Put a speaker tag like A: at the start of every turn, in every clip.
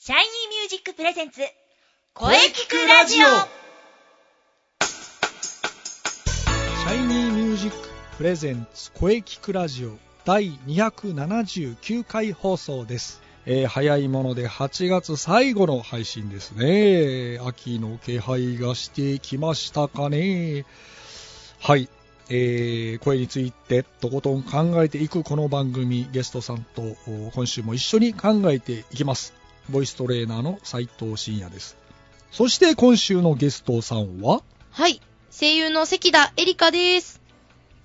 A: シャイニーミュージックプレゼンツ、
B: 声聞くラジオシャイニーミュージックプレゼンツ声聞くラジオ第279回放送です、えー早いもので8月最後の配信ですね秋の気配がしてきましたかねはい、えー声についてとことん考えていくこの番組ゲストさんとお今週も一緒に考えていきますボイストレーナーの斉藤真也ですそして今週のゲストさんは
C: はい。声優の関田エリカです。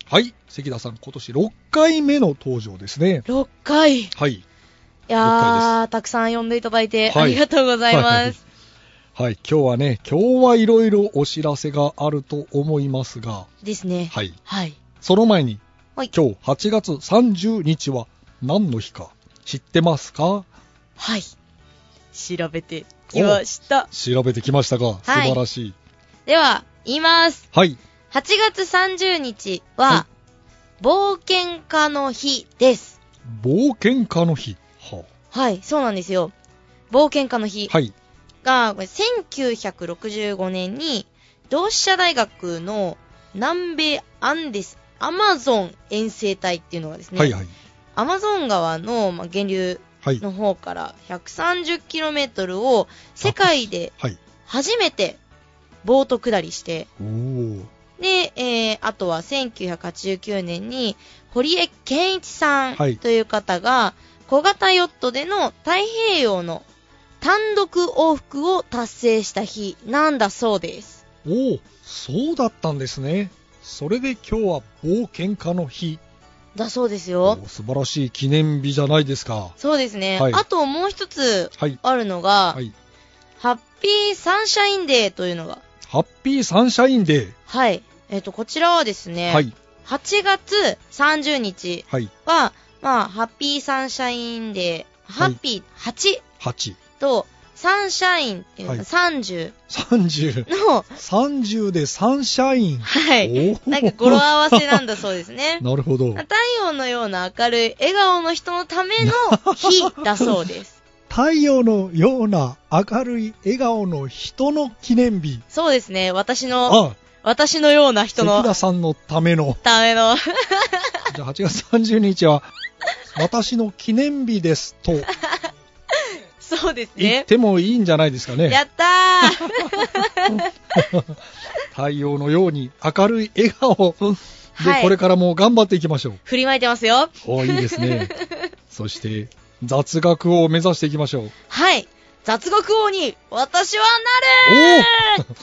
B: はい、関田さん、今年6回目の登場ですね。
C: 6回。い
B: はい。6
C: やー、たくさん呼んでいただいて
B: はい
C: ありがとうございます。
B: はい、今日はね、今日はいろいろお知らせがあると思いますが、
C: ですね。
B: はい。
C: はい。
B: その前に、
C: はい
B: 今日8月30日は何の日か知ってますか
C: はい。調べて
B: きま
C: した。
B: 調べてきましたが、素晴らしい。
C: では、言います。
B: はい。
C: 8月30日
B: は
C: は、冒険家の日です。
B: 冒険家の日。は
C: はい、そうなんですよ。冒険家の日
B: あはい。
C: が、これ1965年に、同志社大学の南米アンデス、アマゾン遠征隊っていうのがですね、
B: はいはい。
C: アマゾン川の、まあ、源流
B: はい。
C: の方から 130km を世界で
B: はい。
C: 初めてボート下りして、
B: おー。
C: で、えー、あとは1989年に堀江謙一さん
B: はい
C: という方が小型ヨットでの太平洋の単独往復を達成した日なんだそうです。
B: おー、そうだったんですね。それで今日は冒険家の日
C: だそうですよ。
B: お素晴らしい記念日じゃないですか。
C: そうですね。
B: はい
C: あともう一つ
B: はい。
C: あるのが、
B: はい。
C: ハッピーサンシャインデーというのが
B: ハッピーサンシャインデ
C: はい。えっ、と、こちらはです
B: ー。
C: ね、
B: はい。
C: 8月30日
B: はい。
C: は、まあ、ハッピーサンシャインデー、ハッピー8
B: 8。
C: と、サンシャインっていうの
B: はい
C: が30
B: 30。
C: の、
B: 30でサンシャイン。
C: はい。
B: おー
C: なんか語呂合わせなんだそうですね。
B: なるほど。
C: 太陽のような明るい笑顔の人のための日だそう です。
B: 太陽のような明るい笑顔の人の記念日。
C: そうですね。私の、
B: あ、
C: 私のような人
B: 関田
C: の
B: さんのための。
C: ための、
B: じゃあ8月30日は、私の記念日ですと
C: そうです
B: 言っ
C: ね。
B: てもいいんじゃないですかね。
C: やったー
B: 太陽のように明るい笑顔。
C: は
B: で、
C: い
B: これからも頑張っていきましょう。
C: 振りまいてますよ。
B: おいいで すね。そして、雑学を目指していきましょう。
C: はい。雑学王に私はなる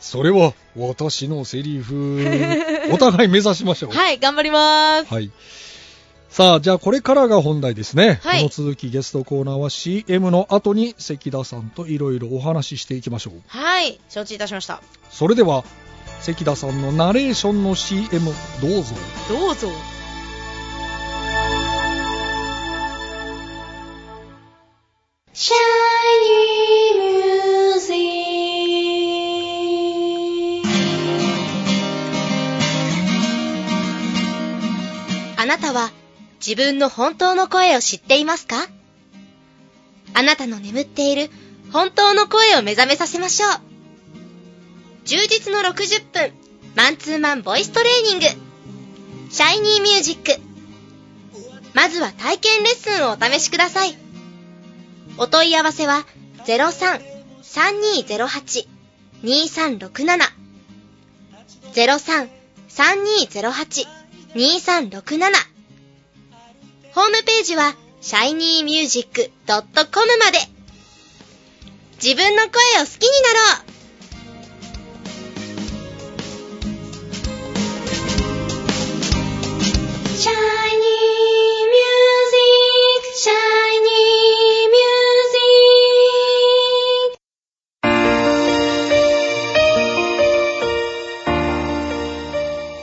B: それは、私のセ リフ。お互い目指しましょう。
C: はい、頑張ります。
B: はい。さあ、じゃあこれからが本題ですね。
C: はい
B: この続きゲストコーナーは CM の後に関田さんといろいろお話ししていきましょう。
C: はい、承知いたしました。
B: それでは、関田さんのナレーションの CM どうぞ。
C: どうぞ。シャイニーミュージあなたは自分の本当の声を知っていますかあなたの眠っている本当の声を目覚めさせましょう。充実の60分、マンツーマンボイストレーニング。シャイニーミュージック。まずは体験レッスンをお試しください。お問い合わせは03-3208-2367 03-3208-2367ホームページは shinymusic.com まで自分の声を好きになろうシャイニーミュージック、シャイニーミュ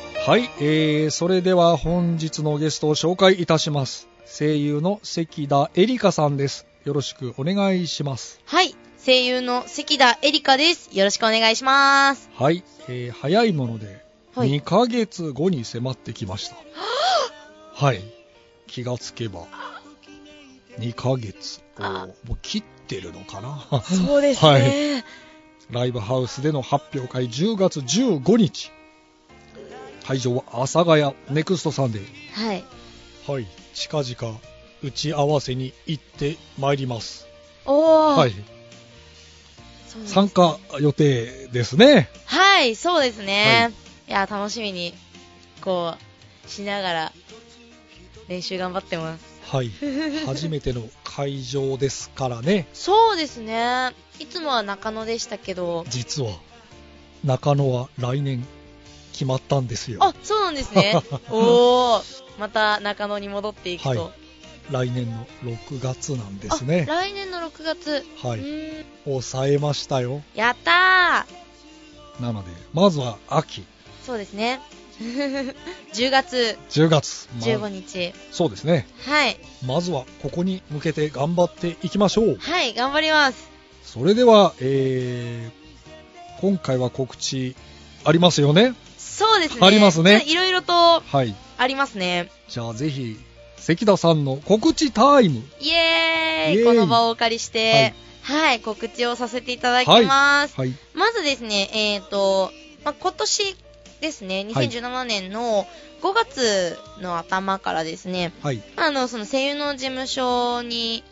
C: ージック。
B: はい、えー、それでは本日のゲストを紹介いたします。声優の関田エリカさんです。よろしくお願いします。
C: はい、声優の関田エリカです。よろしくお願いします。
B: はい、えー、早いもので
C: はい
B: 2ヶ月後に迫ってき ました。はい、気がつけば2ヶ月。
C: あ
B: もう切っってるのかな。
C: そうですね。
B: はいライブハウスでの発表会10月15日会場は阿佐ヶ谷ネクストサンデー
D: はい。
B: はい近々打ち合わせに行ってまいります
C: おー。
B: はい
C: そうです
B: 参加予定ですね
C: はい、そうですね。い、や、楽しみに、こう、しながら、練習頑張ってます。
B: はい 初めての会場ですからね
C: そうですね。いつもは中野でしたけど、
B: 実は中野は来年決まったんですよ
C: あ、そうなんです ね。おー。また中野に戻っていくと。
B: はい来年の6月なんですね
C: あ来年の6月。
B: は
C: う
B: い
C: ーん
B: 抑えましたよ
C: やったー
B: なのでまずは秋
C: そうですね。10月
B: 10月、まあ
C: 15日。
B: そうですね
C: はい。
B: まずはここに向けて頑張っていきましょう。
C: はい、頑張ります。
B: それでは、えー、今回は告知ありますよね。
C: そうですね。
B: ありますね
C: いろいろと
B: はい。
C: ありますね。
B: じゃあぜひ、関田さんの告知タイム。
C: イエーイ
B: イエーイ
C: この場をお借りして、はい、告知をさせていただきます。
B: はい。
C: まずですね、えっ、と、まあ、今年ですね、
B: はい
C: 2017年の5月の頭からですね、
B: はい。
C: あの、その声優の事務所に、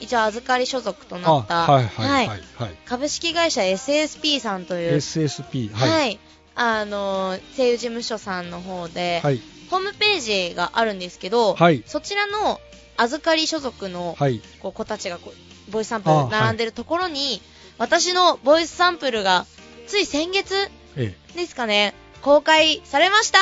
C: 一応預かり所属となった、
B: はいはいはい。はい、
C: 株式会社 SSP さんという、
B: SSP。
C: はい、
B: はい。
C: あの、声優事務所さんの方で、
B: はい。
C: ホームページがあるんですけど、
B: はい。
C: そちらの預かり所属の
B: はい。
C: こう子たちがこうボイスサンプル並んでるところに、私のボイスサンプルがつい先月
B: え
C: ですかね公開されました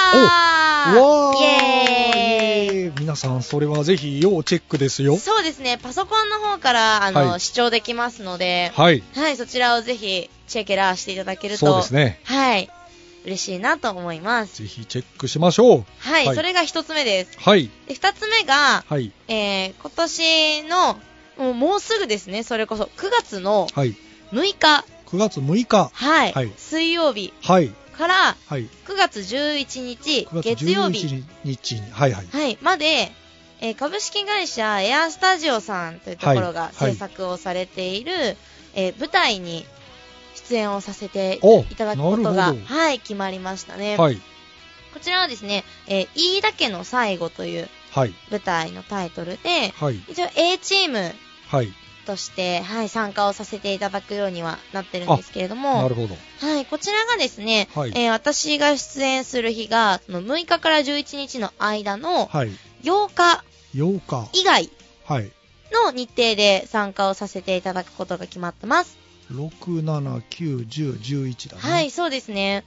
B: え。わー
C: イエーイ
B: イエーイ皆さん、それはぜひ要チェックですよ。
C: そうですねパソコンの方からあの、
B: はい
C: 視聴できますので、
B: はい。
C: はい、そちらをぜひチェケラーしていただけると
B: そうですね。
C: はい嬉しいなと思います
B: ぜひチェックしましょう。
C: はい、
B: はい
C: それが一つ目です
B: はい。
C: で二つ目が、
B: はい。
C: えー、今年のもうもうすぐですねそれこそ9月の
B: はい。
C: 6日
B: 9月6日。
C: はい、
B: はい
C: 水曜日
B: はい。
C: から
B: はい。
C: 9月11日
B: 9月
C: 月曜日、
B: 11日に、はいはい。
C: はい、まで、えー株式会社エアスタジオさんというところが
B: はい
C: 制作をされている、えー舞台に出演をさせて
B: お
C: いただくこと
B: な
C: が
B: るほ、ど
C: はい、決まりましたね、
B: はい。
C: こちらはですね、えー、飯田家の最後という
B: はい。
C: 舞台のタイトルで
B: はい。
C: 一応 A チーム
B: はい。
C: として、はい、参加をさせていただくようにはなってるんですけれども
B: なるほど。
C: はい、こちらがですね、
B: はい
C: えー私が出演する日が、その6日から11日の間の
B: はい。
C: 8日
B: 8日。
C: 以外
B: はい。
C: の日程で参加をさせていただくことが決まってます。
B: 6、7、9、10、11だね。
C: はい、。そうですね。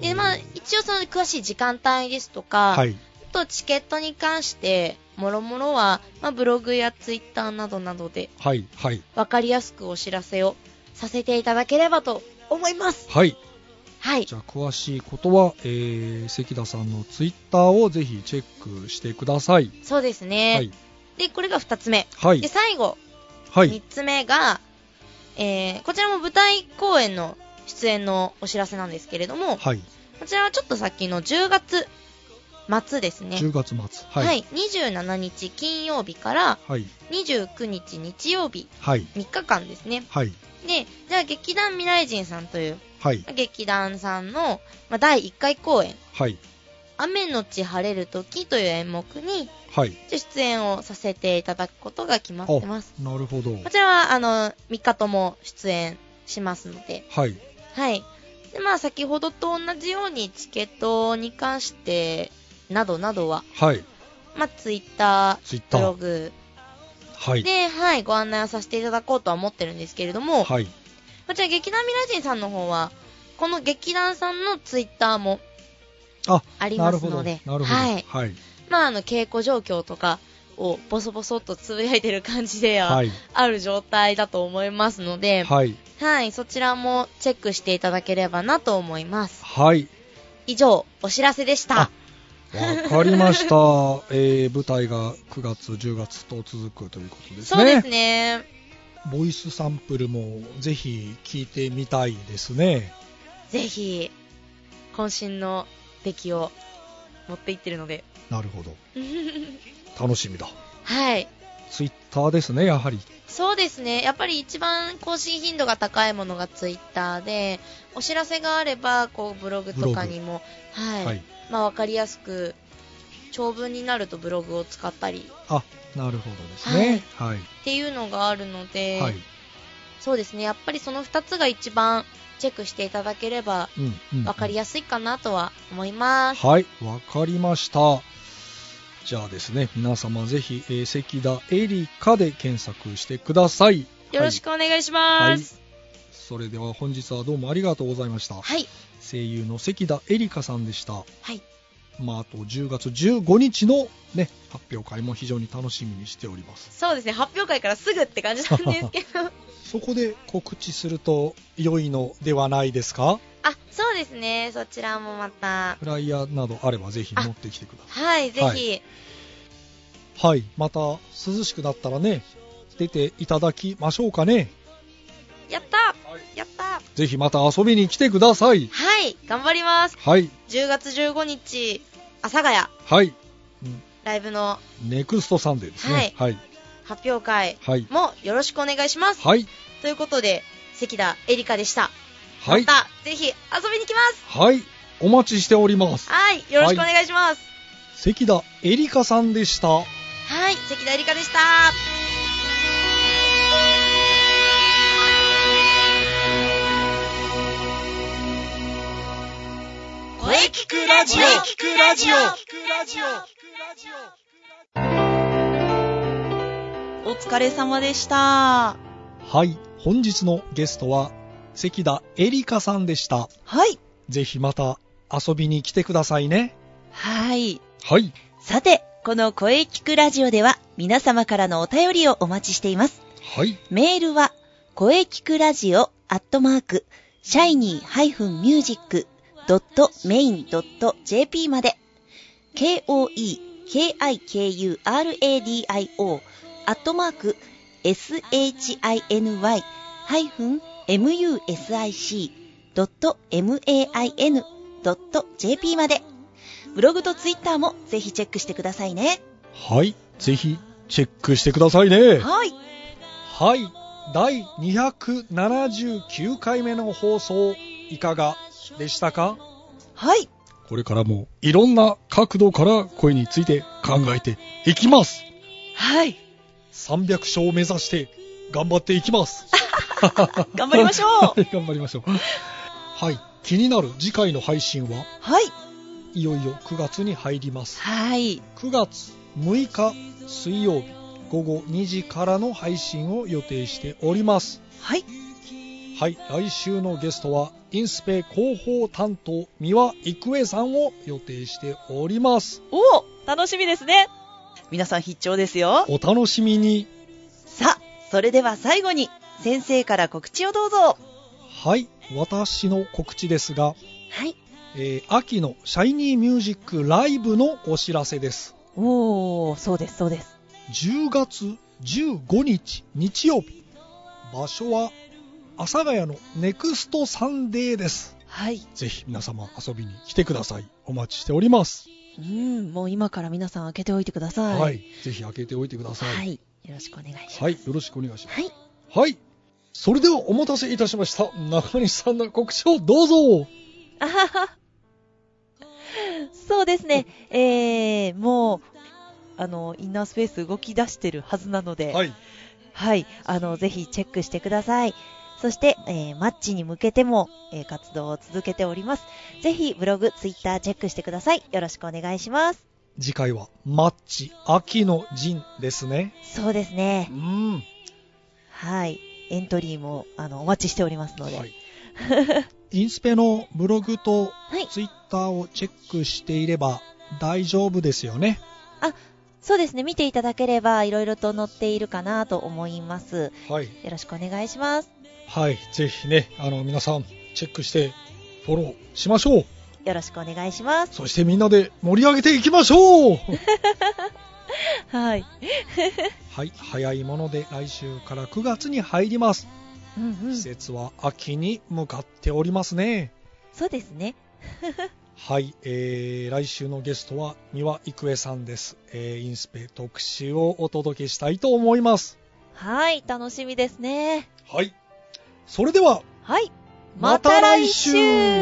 C: で、まあ、一応その詳しい時間帯ですとか、
B: はい。
C: あとチケットに関して、もろもろは、まあ、ブログやツイッターなどなどで
B: はい。はい。
C: 分かりやすくお知らせをさせていただければと思います。
B: はい。
C: はい
B: じ。ゃあ、詳しいことは、えー、関田さんのツイッターをぜひチェックしてください。
C: そうですね。
B: はい。
C: で、これが2つ目。
B: は
C: で、
B: い。
C: 最後、
B: は
C: 3
B: い。
C: つ目が、えーこちらも舞台公演の出演のお知らせなんですけれども、こ
B: はい。
C: ちらはちょっとさっきの10月末ですね。
B: 10月末。
C: はい、
B: はい。
C: 27日金曜日から
B: はい。
C: 29日日曜日、
B: はい。
C: 3日間ですね。
B: はい。
C: で、じゃあ劇団未来人さんという
B: はい。
C: 劇団さんの、まあ、第1回公演、
B: はい。
C: 雨のち晴れる時という演目に
B: はい。
C: ちょ出演をさせていただくことが決まってます。
B: なるほど。
C: こちらは、あの、3日とも出演しますので、
B: はい。
C: はい。で、まあ、先ほどと同じように、チケットに関して、などなどは、
B: はい。
C: まあ、ツイッタ
B: ツイッ
C: ー、
B: タ
C: ブロ
B: ー。
C: グ
B: はい。
C: で、はい、ご案内をさせていただこうとは思ってるんですけれども、
B: はい。
C: こちら劇団未来人さんの方は、この劇団さんのツイッターも
B: あ、
C: あり
B: な
C: ま
B: る
C: す
B: ほど。
C: の
B: な
C: で、
B: るほど。
C: はい。
B: はい。
C: まあ、あの、稽古状況とかを、ボソボソっとつぶやいてる感じでは、
B: はい。
C: ある状態だと思いますので、
B: はい。
C: はい、そちらもチェックしていただければなと思います。
B: はい。
C: 以上、お知らせでした。
B: わかりました、 えー舞台が9月、10月と続くということですね。
C: そうですね。
B: ボイスサンプルもぜひ聞いてみたいですね。
C: ぜひ、渾身の出来を 持っていってるので。
B: なるほど。楽しみだ。
C: はい。
B: ツイッターですね、やはり。
C: そうですね。やっぱり一番更新頻度が高いものがツイッターで、お知らせがあれば、こうブログとかにも、はい、
B: はい
C: まあわかりやすく、長文になるとブログを使ったり
B: あ、なるほどですね。はい。
C: っていうのがあるので、
B: はい。
C: そうですね。やっぱりその2つが一番チェックしていただければ、
B: うんうん。
C: わかり
B: や
C: やすいかなとは思います。
B: はい、わかりました。じゃあですね、皆様ぜひ、えー関田エリカで検索してください。
C: よろしくお願いします。
B: それでは本日はどうもありがとうございました。
C: はい。
B: 声優の関田エリカさんでした。
C: はい。
B: まあ、あと10月15日のね、発表会も非常に楽しみにしております。
C: そうですね。発表会からすぐって感じなんですけ ど。
B: そこで告知すると良いのではないですか
C: あ、そうですね。そちらもまた。
B: フライヤーなどあればぜひ持ってきてくださ
C: はい、ぜひ。
B: い。はい、また涼しくなったらね、出ていただきましょうかね。
C: やったやった
B: ぜひまた遊びに来てください。
C: はい、頑張ります。
B: はい、
C: 10月15日、阿佐ヶ谷、
B: はい。
C: ライブの
B: ネクストサンデーですね。はい、
C: 発表会
B: はい、
C: もよろしくお願いします。
B: はい、
C: ということで、関田エリカでした。
B: はい
C: ま、た、ぜひ遊びに来ます
B: はい。お待ちしております。
C: はい、よろしくお願いします。
B: 関田エリカさんでした。
C: はい、関田エリカでした。声聞くラジオ聞くラジオお疲れ様でした。
B: はい、本日のゲストは関田エリカさんでした。
E: はい。
B: ぜひまた遊びに来てくださいね。
E: はい。
B: はい、
E: さて、この声聞くラジオでは皆様からのお便りをお待ちしています。
B: はい、
E: メールは、声聞くラジオアットマーク、シャイニー -music.main.jp まで、k-o-e-k-i-k-u-r-a-d-i-o アットマーク、shiny-music.main.jp まで、ブログとツイッターもぜひチェックしてくださいね。
B: はい、ぜひチェックしてくださいね。
E: はい。
B: はい、第279回目の放送いかがでしたか
E: はい。
B: これからもいろんな角度から声について考えていきます。
E: はい。
B: 300勝を目指して頑張っていきます。
E: 頑張りましょう
B: はい 頑張りましょう。はい。気になる次回の配信は、
E: はい。
B: いよいよ9月に入ります。
E: はい。
B: 9月6日水曜日午後2時からの配信を予定しております。
E: はい。
B: はい。来週のゲストは、インスペ広報担当、三輪郁恵さんを予定しております。
E: おお楽しみですね皆さん必聴ですよ
B: お楽しみに。
E: さあ、それでは最後に、先生から告知をどうぞ
B: はい。私の告知ですが、
E: はい。
B: えー秋のシャイニーミュージックライブのお知らせです。
E: おおそうです、そうです。
B: 10月15日日曜日場所は阿佐ヶ谷のネクストサンデーです
E: はい。
B: ぜひ皆様遊びに来てくださいお待ちしております
E: うん、もう今から皆さん開けておいてくだ
B: は
E: さ
B: い、
E: い。
B: ぜひ開けておいてください
E: は
B: はい、
E: い。よろしくお願いします。
B: よろしくお願いしま
E: はい。
B: すはいそれではお待たせいたしました中西さんの告知をどうぞ
E: あはは。 そうですね。えー、もう、あの、インナースペース動き出してるはずなので、
B: はい
E: はい、あの、ぜひチェックしてください。そして、えーマッチに向けても、えー活動を続けております。ぜひ、ブログ、ツイッターチェックしてください。よろしくお願いします。
B: 次回はマッチ秋の陣ですね
E: そうですね
B: う。んは
E: はい。エントリーも、あの、お待ちしておりますので。はい。
B: いインスペのブログとツイッターをチェックしていれば大丈夫ですよね。
E: そうですね。見ていただければ、いろいろと載っているかなと思います。
B: はい。
E: よろしくお願いします。
B: はい。ぜひね、あの、皆さん、チェックして、フォローしましょう。
E: よろしくお願いします。
B: そしてみんなで盛り上げていきましょう
E: はい。
B: はい。早いもので来週から9月に入ります。
E: うんう
B: 季
E: ん。
B: 節は秋に向かっておりますね。
E: そうですね。
B: はい、えー来週のゲストは三輪郁恵さんです、えーインスペ特集をお届けしたいと思います
C: はい、楽しみですね。
B: はいそれでは
C: はい。
B: また来週